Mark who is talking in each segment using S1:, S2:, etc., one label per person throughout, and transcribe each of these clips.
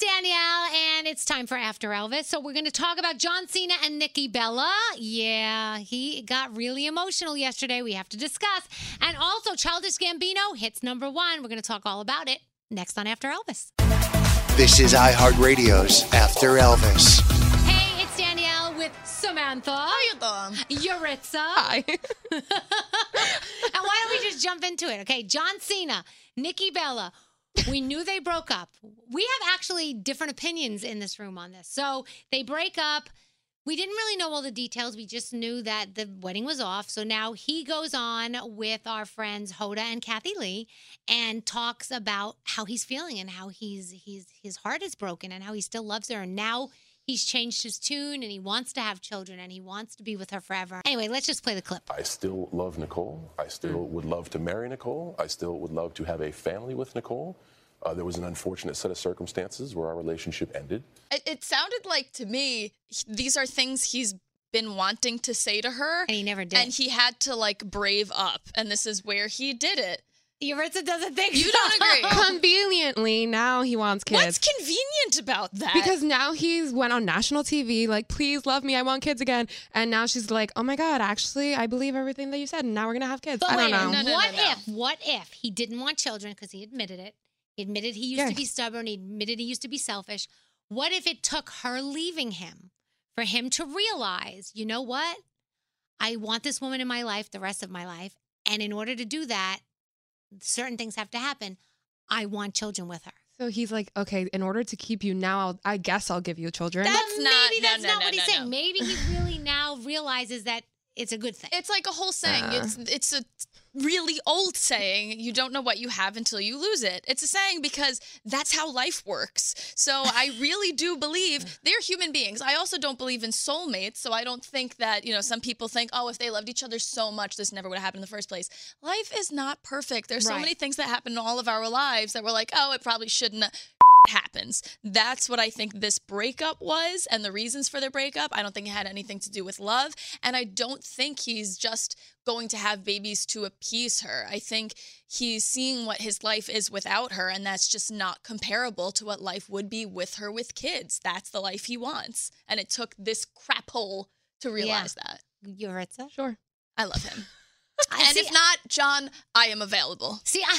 S1: Danielle, and it's time for After Elvis. So we're going to talk about John Cena and Nikki Bella. Yeah, he got really emotional yesterday. We have to discuss. And also, Childish Gambino hits number one. We're going to talk all about it next on After Elvis.
S2: This is iHeartRadio's After Elvis.
S1: Hey, it's Danielle with Samantha. Yuritsa. Hi. and why don't we just jump into it? Okay, John Cena, Nikki Bella. We knew they broke up. We have actually different opinions in this room on this. So they break up. We didn't really know all the details. We just knew that the wedding was off. So now he goes on with our friends Hoda and Kathy Lee and talks about how he's feeling and how he's he's his heart is broken and how he still loves her. And now he's changed his tune and he wants to have children and he wants to be with her forever. Anyway, let's just play the clip.
S3: I still love Nicole. I still would love to marry Nicole. I still would love to have a family with Nicole. Uh, there was an unfortunate set of circumstances where our relationship ended.
S4: It, it sounded like to me h- these are things he's been wanting to say to her,
S1: And he never did.
S4: and he had to like brave up, and this is where he did it.
S1: Yuritsa doesn't think
S4: You don't agree?
S5: Conveniently, now he wants kids.
S4: What's convenient about that?
S5: because now he's went on national TV, like, please love me, I want kids again. And now she's like, oh my God, actually, I believe everything that you said, and now we're gonna have kids.
S1: But
S5: I
S1: wait,
S5: don't know.
S4: no, no,
S1: what
S4: no.
S1: if? What if he didn't want children because he admitted it? He admitted he used
S5: Yeah.
S1: to be stubborn. He admitted he used to be selfish. What if it took her leaving him for him to realize, you know what? I want this woman in my life the rest of my life, and in order to do that, certain things have to happen. I want children with her.
S5: So he's like, okay, in order to keep you now, I'll, I guess I'll give you children.
S1: That-
S4: That's not-
S1: maybe
S4: no,
S1: that's
S4: no,
S1: not
S4: no,
S1: what he's
S4: no,
S1: saying.
S4: no.
S1: Maybe he really now realizes that it's a good thing.
S4: It's like a whole saying. it's it's a really old saying. You don't know what you have until you lose it. It's a saying because that's how life works. So I really do believe they're human beings. I also don't believe in soulmates. So I don't think that you know some people think, oh, if they loved each other so much, this never would have happened in the first place. Life is not perfect. There's
S1: Right.
S4: so many things that happen in all of our lives that we're like, oh, it probably shouldn't. have." happens. That's what I think this breakup was and the reasons for their breakup. I don't think it had anything to do with love. And I don't think he's just going to have babies to appease her. I think he's seeing what his life is without her, and that's just not comparable to what life would be with her with kids. That's the life he wants. And it took this crap hole to realize that.
S1: Yuritsa.
S5: sure.
S4: I love him.
S1: I
S4: and
S1: see-
S4: if not, John, I am available.
S1: See, I,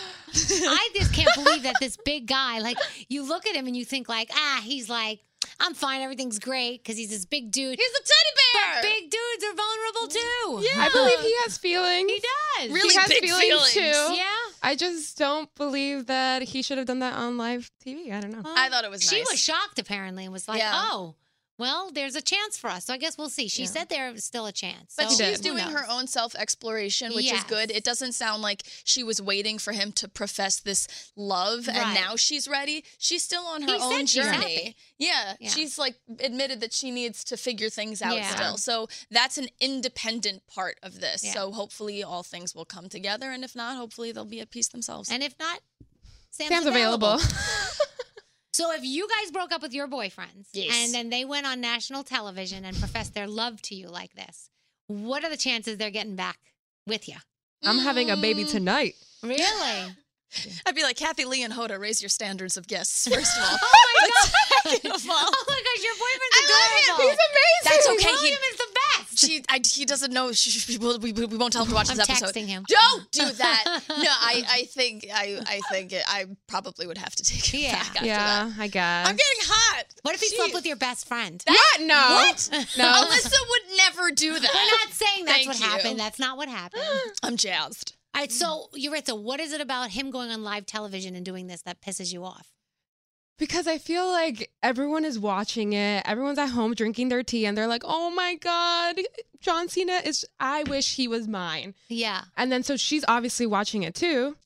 S1: I just can't believe that this big guy, like, you look at him and you think, like, ah, he's like, I'm fine, everything's great, because he's this big dude.
S4: He's a teddy bear.
S1: big dudes are vulnerable too.
S5: I believe he has feelings.
S1: he does.
S4: Really
S5: he has
S4: big
S5: feelings,
S4: feelings.
S5: too.
S1: Yeah.
S5: I just don't believe that he should have done that on live TV. I don't know.
S4: I thought it was
S1: She
S4: nice.
S1: was shocked apparently and was like,
S4: Yeah.
S1: oh, well, there's a chance for us. So I guess we'll see. She said there was still a chance.
S4: But
S1: so
S4: she's
S1: who
S4: doing her
S1: knows?
S4: own self exploration, which
S1: Yes.
S4: is good. It doesn't sound like she was waiting for him to profess this love
S1: Right.
S4: and now she's ready. She's still on her
S1: He said
S4: own
S1: she's
S4: journey.
S1: happy.
S4: Yeah,
S1: Yeah.
S4: She's like admitted that she needs to figure things out
S1: Yeah.
S4: still. So that's an independent part of this.
S1: Yeah.
S4: So hopefully all things will come together. And if not, hopefully they'll be at peace themselves.
S1: And if not, Sam's,
S5: Sam's available.
S1: So if you guys broke up with your boyfriends
S4: Yes.
S1: and then they went on national television and professed their love to you like this, what are the chances they're getting back with Oh you?
S5: I'm having a baby tonight.
S1: Really?
S4: I'd be like, Kathy Lee and Hoda, raise your standards of guests, first of all.
S1: Oh my gosh, your boyfriend's
S4: I love him.
S1: adorable.
S4: He's amazing. That's okay. He-
S1: William is the best.
S4: She, I, he doesn't know. She, she, we, we, we won't tell him to watch
S1: I'm
S4: this episode.
S1: texting him.
S4: Don't do that. No, I, I think I, I think it, I probably would have to take it
S1: Yeah.
S4: back after
S5: yeah,
S4: that.
S5: I guess.
S4: I'm getting hot.
S1: What if he
S4: Jeez.
S1: slept with your best friend?
S5: What? No.
S4: What? Oh
S5: No.
S4: Alyssa would never do
S1: We're
S4: that.
S1: not saying that's
S4: Thank
S1: what
S4: you.
S1: happened. That's not what happened. All
S4: I'm jazzed.
S1: right, so Yuritsa, what is it about him going on live television and doing this that pisses you off?
S5: Because I feel like everyone is watching it. Everyone's at home drinking their tea and they're like, oh my God, John Cena is, I wish he was mine.
S1: Yeah.
S5: And then so she's obviously watching it too.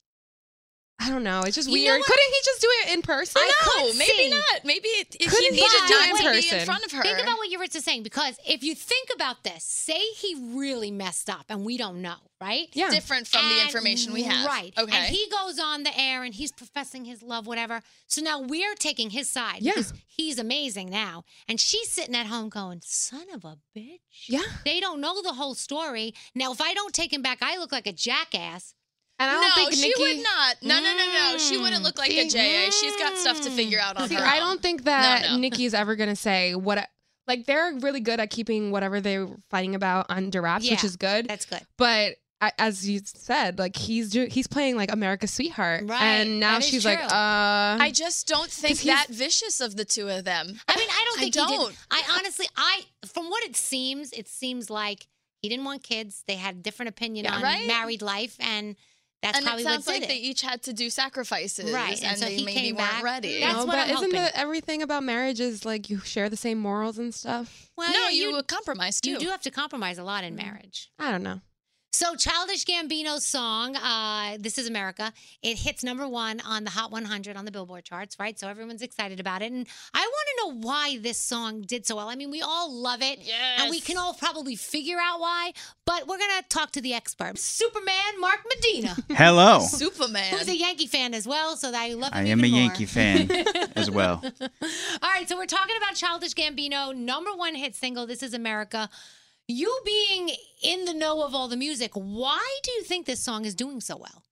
S5: I don't know. It's just
S4: You know
S5: weird.
S4: what?
S5: Couldn't he just do it in person?
S4: No,
S1: could
S4: maybe
S1: see.
S4: not. Maybe it, if he
S5: Couldn't
S4: needed
S1: buy
S4: time
S1: one
S4: to be
S5: person.
S4: in front of her.
S1: Think about what Yuritsa's saying because if you think about this, say he really messed up and we don't know, right?
S5: Yeah.
S4: different from the
S1: And-
S4: information we have.
S1: Right.
S4: Okay.
S1: And he goes on the air and he's professing his love, whatever. So now we're taking his side
S5: Yeah.
S1: because he's amazing now. And she's sitting at home going, son of a bitch.
S5: Yeah.
S1: They don't Mm. know the whole story. Now, if I don't take him back, I look like a jackass.
S5: And I don't
S4: no,
S5: think
S4: she
S5: Nikki.
S4: would not. No, no, no, no. She wouldn't look like a
S5: See?
S4: JA. She's got stuff to figure out on
S5: See,
S4: her.
S5: I
S4: own.
S5: don't think that
S4: No, no.
S5: Nikki is ever gonna say what. I- like they're really good at keeping whatever they're fighting about under wraps, which
S1: Yeah.
S5: is good.
S1: That's good.
S5: But I, as you said, like he's do, he's playing like America's sweetheart,
S1: Right,
S5: and now
S1: that is
S5: she's like,
S1: true.
S5: uh,
S4: I just don't think
S5: 'Cause he's-
S4: that vicious of the two of them.
S1: Um, I mean, I don't
S4: I
S1: think he
S4: don't.
S1: did. I honestly, I from what it seems, it seems like he didn't want kids. They had a different opinion
S4: Yeah,
S1: on
S4: right?
S1: married life, and that's
S4: and it
S1: probably
S4: sounds
S1: what
S4: like
S1: did
S4: they
S1: it.
S4: each had to do sacrifices,
S1: Right, and
S4: And,
S1: so
S4: they
S1: he
S4: maybe
S1: came
S4: weren't
S1: back.
S4: ready.
S1: That's
S5: No,
S1: what
S5: but
S1: I'm
S5: isn't
S1: hoping.
S5: the everything about marriage is like you share the same morals and stuff?
S1: Well,
S4: no,
S1: yeah,
S4: you,
S1: you
S4: would compromise too. Mm-hmm.
S1: you do have to compromise a lot in marriage.
S5: I don't know.
S1: So, Childish Gambino's song, uh, This Is America, it hits number one on the Hot 100 on the Billboard charts, right? So, everyone's excited about it. And I want to know why this song did so well. I mean, we all love it. And we
S4: Yes.
S1: can all probably figure out why, but we're going to talk to the expert, Superman Mark Medina,
S6: Hello.
S4: Superman.
S1: who's a Yankee fan as well. So, I love him
S6: I am a
S1: even more.
S6: Yankee fan as well.
S1: All right, so we're talking about Childish Gambino, number one hit single, This Is America. You being in the know of all the music, why do you think this song is doing so well?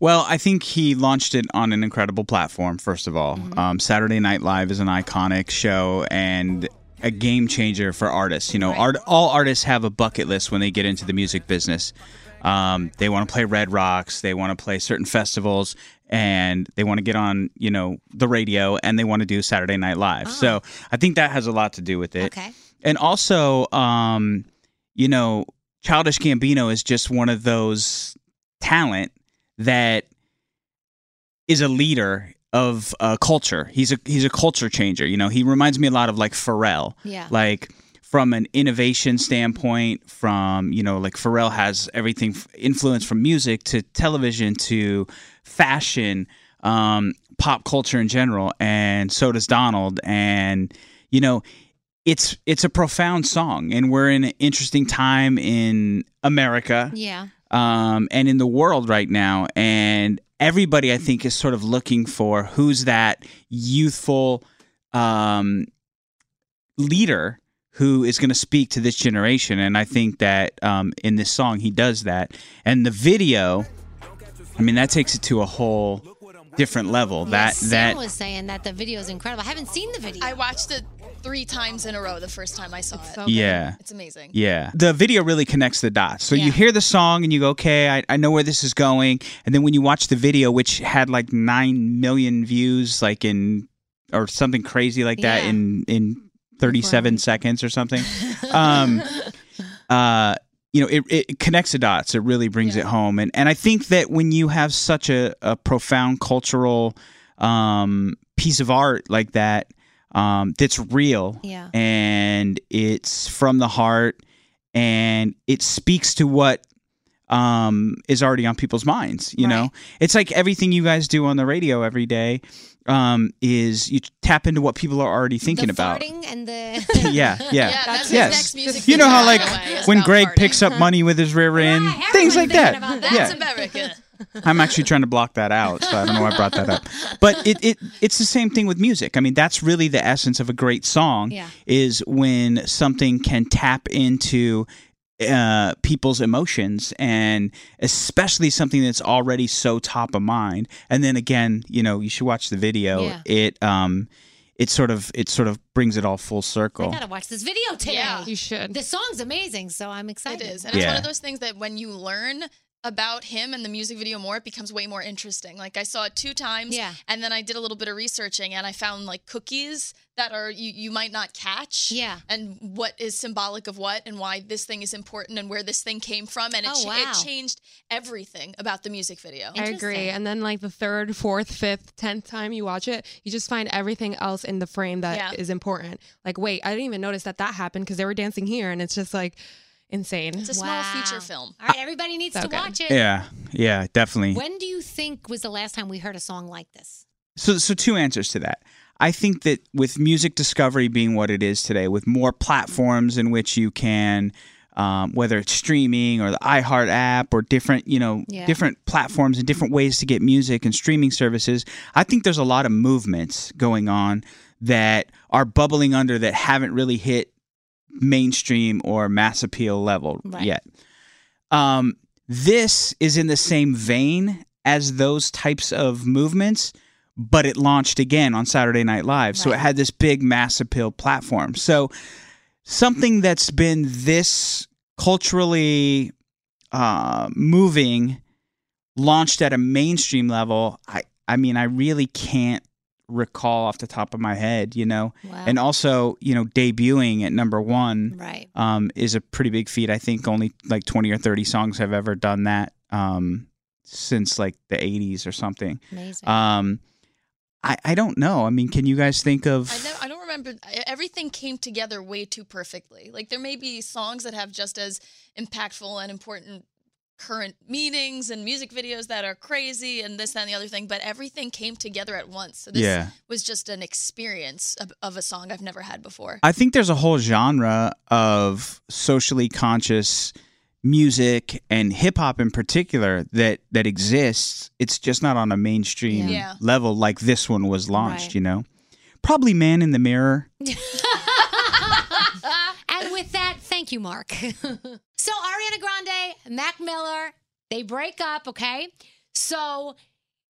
S6: Well, I think he launched it on an incredible platform, first of all.
S1: Mm-hmm.
S6: Um, Saturday Night Live is an iconic show and a game changer for artists. You know, art, all artists have a bucket list when they get into the music business. Um, they want to play Red Rocks, they want to play certain festivals, and they want to get on, you know, the radio, and they want to do Saturday Night Live.
S1: Ah.
S6: So I think that has a lot to do with it.
S1: Okay.
S6: and also um you know childish gambino is just one of those talent that is a leader of a culture he's a he's a culture changer you know he reminds me a lot of like pharrell
S1: Yeah.
S6: like from an innovation standpoint from you know like pharrell has everything f- influence from music to television to fashion um, pop culture in general and so does donald and you know it's it's a profound song and we're in an interesting time in america
S1: Yeah.
S6: um, and in the world right now. And everybody, I think, is sort of looking for who's that youthful um, leader who is going to speak to this generation. And I think that um, in this song, he does that. And the video, I mean, that takes it to a whole different level. That
S1: Sam
S6: that
S1: was saying that the video is incredible. I haven't seen the video.
S4: I watched it three times in a row the first time I saw it.
S5: So
S6: yeah.
S4: it's amazing.
S6: Yeah. The video really connects the dots. So you hear the song and you go, okay, I, I know where this is going. And then when you watch the video, which had like 9 million views, like in, or something crazy like that
S1: Yeah.
S6: in, in 37 seconds or something. Um, uh, you know, it, it connects the dots. It really brings it home. And, and I think that when you have such a, a profound cultural um, piece of art like that, um, that's real
S1: Yeah.
S6: and it's from the heart and it speaks to what um, is already on people's minds. You know,
S1: Right.
S6: it's like everything you guys do on the radio every day um, is you tap into what people are already thinking
S1: the
S6: about.
S1: farting and the
S6: yeah,
S4: Yeah,
S6: yeah.
S4: that's his
S6: Yes.
S4: next music.
S6: You know
S4: video,
S6: how
S4: by
S6: like
S4: the way, is
S6: when
S4: about
S6: Greg
S4: farting.
S6: picks
S1: Uh-huh.
S6: up money with his rear end,
S1: everyone's
S6: things like
S1: thinking
S6: that.
S1: about that.
S4: That's
S6: yeah.
S4: America.
S6: I'm actually trying to block that out, so I don't know why I brought that up. But it, it it's the same thing with music. I mean, that's really the essence of a great song
S1: Yeah.
S6: is when something can tap into uh, people's emotions and especially something that's already so top of mind. And then again, you know, you should watch the video.
S1: Yeah.
S6: It um it sort of it sort of brings it all full
S1: I
S6: circle.
S1: gotta watch this video today.
S4: Yeah.
S5: you should.
S1: The song's amazing, so I'm
S4: It
S1: excited.
S4: is. And it's one
S6: Yeah.
S4: of those things that when you learn about him and the music video more, it becomes way more interesting. Like I saw it two times
S1: Yeah.
S4: and then I did a little bit of researching and I found like cookies that are you, you might not catch.
S1: Yeah.
S4: And what is symbolic of what and why this thing is important and where this thing came from. And it,
S1: Oh,
S4: cha-
S1: wow.
S4: it changed everything about the music video.
S5: I
S1: Interesting.
S5: agree. And then like the third, fourth, fifth, tenth time you watch it, you just find everything else in the frame that is
S4: Yeah.
S5: important. Like, wait, I didn't even notice that that happened because they were dancing here, and it's just like insane.
S4: It's a small
S1: Wow.
S4: feature film.
S1: All right, everybody needs
S5: So
S1: to
S5: good.
S1: watch it.
S6: Yeah, yeah, definitely.
S1: When do you think was the last time we heard a song like this?
S6: So, so two answers to that. I think that with music discovery being what it is today, with more platforms in which you can, um, whether it's streaming or the iHeart app or different, you know,
S1: Yeah.
S6: different platforms and different ways to get music and streaming services, I think there's a lot of movements going on that are bubbling under that haven't really hit mainstream or mass appeal level
S1: Right.
S6: yet. Um, This is in the same vein as those types of movements, but it launched again on Saturday Night Live. So it had this big mass appeal platform. So something that's been this culturally uh, moving launched at a mainstream level, I, I mean, I really can't recall off the top of my head, you know?
S1: Wow.
S6: And also, you know, debuting at number one
S1: Right.
S6: um, is a pretty big feat. I think only like 20 or 30 songs have ever done that um, since like the 80s or something.
S1: Amazing.
S6: Um, I, I don't know. I mean, can you guys think of.
S4: I, never, I don't remember. I- Everything came together way too perfectly. Like there may be songs that have just as impactful and important current meanings and music videos that are crazy and this that, and the other thing, but everything came together at once. So this
S6: Yeah.
S4: was just an experience of, of a song I've never had before.
S6: I think there's a whole genre of socially conscious music and hip hop in particular that that exists. It's just not on a mainstream
S4: Yeah. Yeah.
S6: level like this one was launched,
S1: Right.
S6: you know. Probably Man in the Mirror.
S1: and with that, thank you, Mark. so Ariana Grande, Mac Miller, they break up, okay? So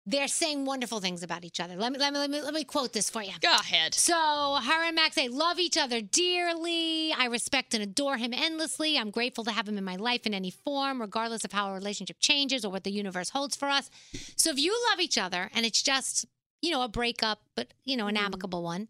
S1: they're saying wonderful things about each other. Let me let me let me let me quote this for you.
S4: Go ahead.
S1: So her and Max, they love each other dearly. I respect and adore him endlessly. I'm grateful to have him in my life in any form, regardless of how our relationship changes or what the universe holds for us. So if you love each other and it's just, you know, a breakup, but you know, an
S5: Mm.
S1: amicable one,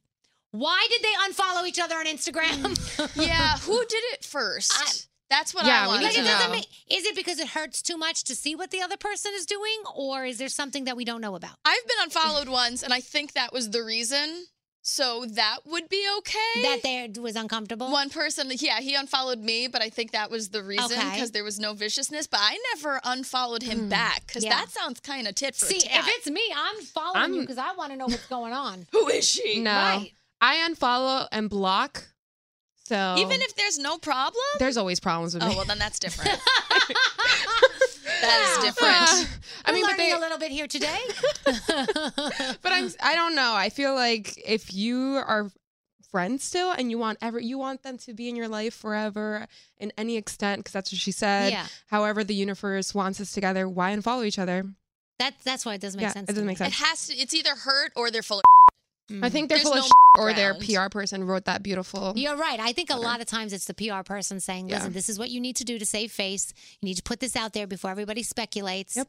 S1: why did they unfollow each other on Instagram?
S4: yeah, who did it first? That's what
S5: Yeah,
S4: I
S5: we
S4: want
S5: need
S1: like
S5: to
S1: it
S5: know.
S1: doesn't make, is it because it hurts too much to see what the other person is doing, or is there something that we don't know about?
S4: I've been unfollowed once, and I think that was the reason. So that would be okay.
S1: That there was uncomfortable.
S4: One person, yeah, he unfollowed me, but I think that was the reason
S1: Okay. Hmm,
S4: because there was no viciousness. But I never unfollowed him back because
S1: yeah.
S4: that sounds kind of tit for
S1: See,
S4: tat.
S1: if it's me, I'm following you
S5: I'm-
S1: because I want to know what's going on.
S4: Who is she?
S5: No,
S1: Right.
S5: I unfollow and block. So
S4: Even if there's no problem.
S5: there's always problems with
S4: Oh
S5: me.
S4: well, then that's different. that is different.
S5: Uh, I mean,
S1: We're learning
S5: but they,
S1: a little bit here today.
S5: but I'm, I don't know. I feel like if you are friends still and you want ever, you want them to be in your life forever in any extent, because that's what she said.
S1: Yeah.
S5: However, the universe wants us together. Why unfollow each other?
S1: That, that's why it doesn't make
S5: yeah,
S1: sense. to
S5: it doesn't make
S1: me.
S4: It
S5: sense.
S4: has to. It's either hurt or they're full of.
S1: Mm.
S5: I think they're
S4: There's
S5: full
S4: no
S5: of shit, or their
S4: ground.
S5: PR person wrote that beautiful.
S1: You're right. I think a lot of times it's the PR person saying,
S5: Yeah.
S1: listen, this is what you need to do to save face. You need to put this out there before everybody speculates
S5: Yep.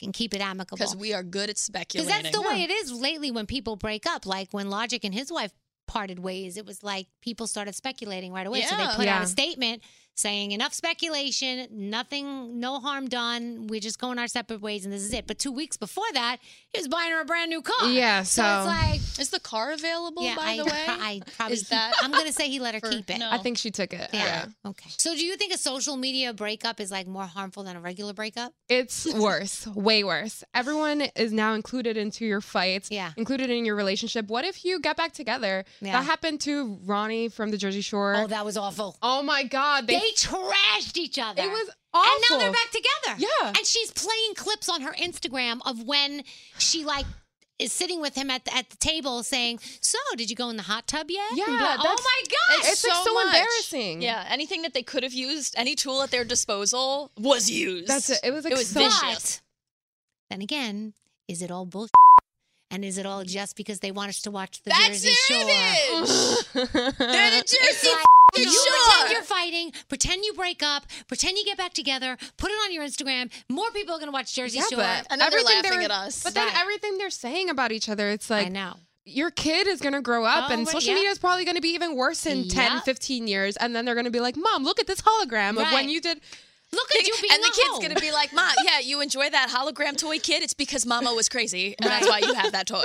S1: and keep it amicable.
S4: Because we are good at
S1: Because
S4: speculating.
S1: that's the way it is lately when people break up. Like when Logic and his wife parted ways, it was like people started speculating right away. So they
S4: Yeah.
S1: put out
S5: Yeah.
S1: a statement saying, enough speculation, nothing, no harm done. We're just going our separate ways and this is it. But two weeks before that, he was buying her a brand new car.
S5: Yeah,
S1: it's
S5: so-
S1: like,
S4: Um, Is the car available?
S1: yeah,
S4: by
S1: I,
S4: the way,
S1: pro- I probably,
S4: Is that
S1: I'm going to say he let her
S4: for-
S1: keep it.
S4: no.
S5: I think she took it.
S1: Yeah. Okay. So, do you think a social media breakup is like more harmful than a regular breakup?
S5: It's worse, way worse. Everyone is now included into your fights,
S1: Yeah.
S5: included in your relationship. What if you get back together?
S1: Yeah.
S5: That happened to Ronnie from the Jersey Shore.
S1: Oh, that was awful.
S5: Oh my God,
S1: They
S5: they,
S1: trashed each other.
S5: it was
S1: And
S5: awful.
S1: now they're back together.
S5: Yeah.
S1: And she's playing clips on her Instagram of when she like is sitting with him at the, at the table saying, "So, did you go in the hot tub yet?"
S5: Yeah,
S1: And blah- oh
S5: that's-
S1: my gosh.
S5: It's, like, so
S4: much.
S5: embarrassing.
S4: Yeah, anything that they could have used, any tool at their disposal was used.
S5: That's it. It was like
S4: it was
S5: so-
S4: vicious.
S1: Then again, is it all bullshit? And is it all just because they want us to watch the
S4: That's
S1: Jersey
S4: their
S1: Shore?
S4: image. They're the Jersey
S1: like,
S4: f***ing
S1: you
S4: Shore.
S1: pretend you're fighting, pretend you break up, pretend you get back together, put it on your Instagram. More people are gonna watch Jersey
S5: Yeah,
S1: Shore.
S5: but
S4: And now they're
S5: everything
S4: laughing
S5: they're-
S4: at us.
S5: But then
S1: Right.
S5: everything they're saying about each other, it's
S1: I
S5: like
S1: know.
S5: your kid is going to grow up
S1: Oh,
S5: and
S1: right,
S5: social
S1: yeah.
S5: media is probably going to be even worse in 10,
S1: Yeah.
S5: 15 years. And then they're going to be like, Mom, look at this hologram of
S1: Right.
S5: when you did.
S1: Look at you being
S4: and the
S1: at
S4: kid's
S1: home.
S4: gonna be like, "Ma, yeah, you enjoy that hologram toy, kid? It's because Mama was crazy, and that's why you have that toy."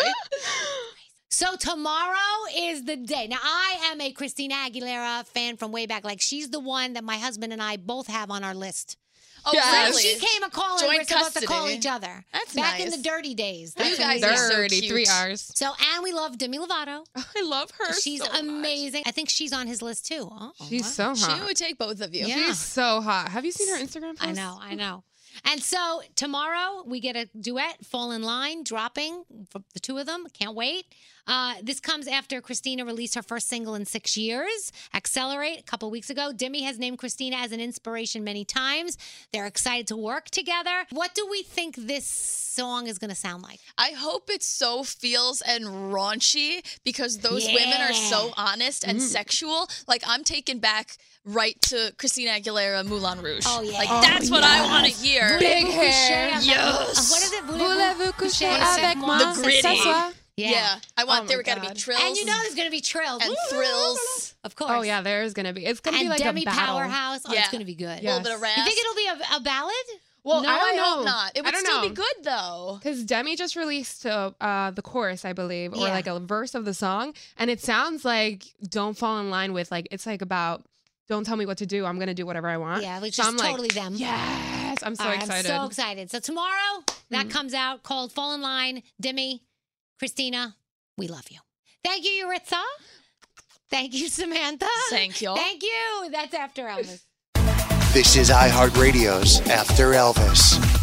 S1: So tomorrow is the day. Now I am a Christina Aguilera fan from way back. Like she's the one that my husband and I both have on our list.
S4: Oh,
S5: Yes.
S1: She
S4: really?
S1: came a call and
S4: Joint
S1: we're supposed to call
S4: custody.
S1: each other.
S4: That's
S1: back in
S4: nice.
S1: the dirty days.
S4: You
S1: That's when we
S4: guys are
S1: were.
S4: so
S5: 30, three
S4: cute.
S5: hours.
S1: so and we love Demi Lovato.
S5: I love her.
S1: She's
S5: Oh, so much.
S1: amazing. I think she's on his list too. Oh,
S5: She's
S1: wow.
S5: so hot.
S4: She would take both of you.
S1: Yeah.
S5: She's so hot. Have you seen her Instagram post?
S1: I know, I know. And so tomorrow we get a duet, Fall in Line, dropping for the two of them. Can't wait. Uh, this comes after Christina released her first single in six years, Accelerate, a couple weeks ago. Demi has named Christina as an inspiration many times. They're excited to work together. What do we think this song is going to sound like?
S4: I hope it so feels and raunchy because those women are so honest and sexual. Like I'm taken back right to Christina Aguilera, Moulin Rouge. Oh yeah, like that's what I want to hear.
S5: Big hair.
S1: Couché,
S4: Yes.
S1: What is it?
S5: Voulez-vous coucher avec moi
S4: The gritty.
S5: ce soir?
S4: Yeah. I want there got to be trills
S1: And you know there's going to be trills.
S4: and thrills.
S1: Of course.
S5: Oh yeah, there's gonna be. It's gonna
S1: And
S5: be like
S1: Demi
S5: a battle.
S1: Powerhouse. Oh, it's
S4: Yeah.
S1: going to be good.
S4: A
S5: Yeah.
S4: little bit of rasp.
S1: You think it'll be a, a ballad?
S5: Well,
S4: no,
S5: I don't know.
S4: hope not. It
S5: I
S4: would
S5: don't
S4: still be
S5: know.
S4: good though.
S5: Because Demi just released uh, uh, the chorus, I believe, or
S1: Yeah.
S5: like a verse of the song, and it sounds like "Don't Fall in Line" with like it's like about "Don't tell me what to do, I'm gonna do whatever I want."
S1: Yeah, which
S5: So
S1: is
S5: I'm like,
S1: totally them.
S5: Yes, I'm so
S1: All right,
S5: excited.
S1: I'm so excited. So tomorrow that comes out called Fall in Line. Demi, Christina, we love you. Thank you, Yuritsa. Thank you, Samantha.
S4: Thank you.
S1: Thank you. That's after Elvis.
S2: This is iHeartRadio's After Elvis.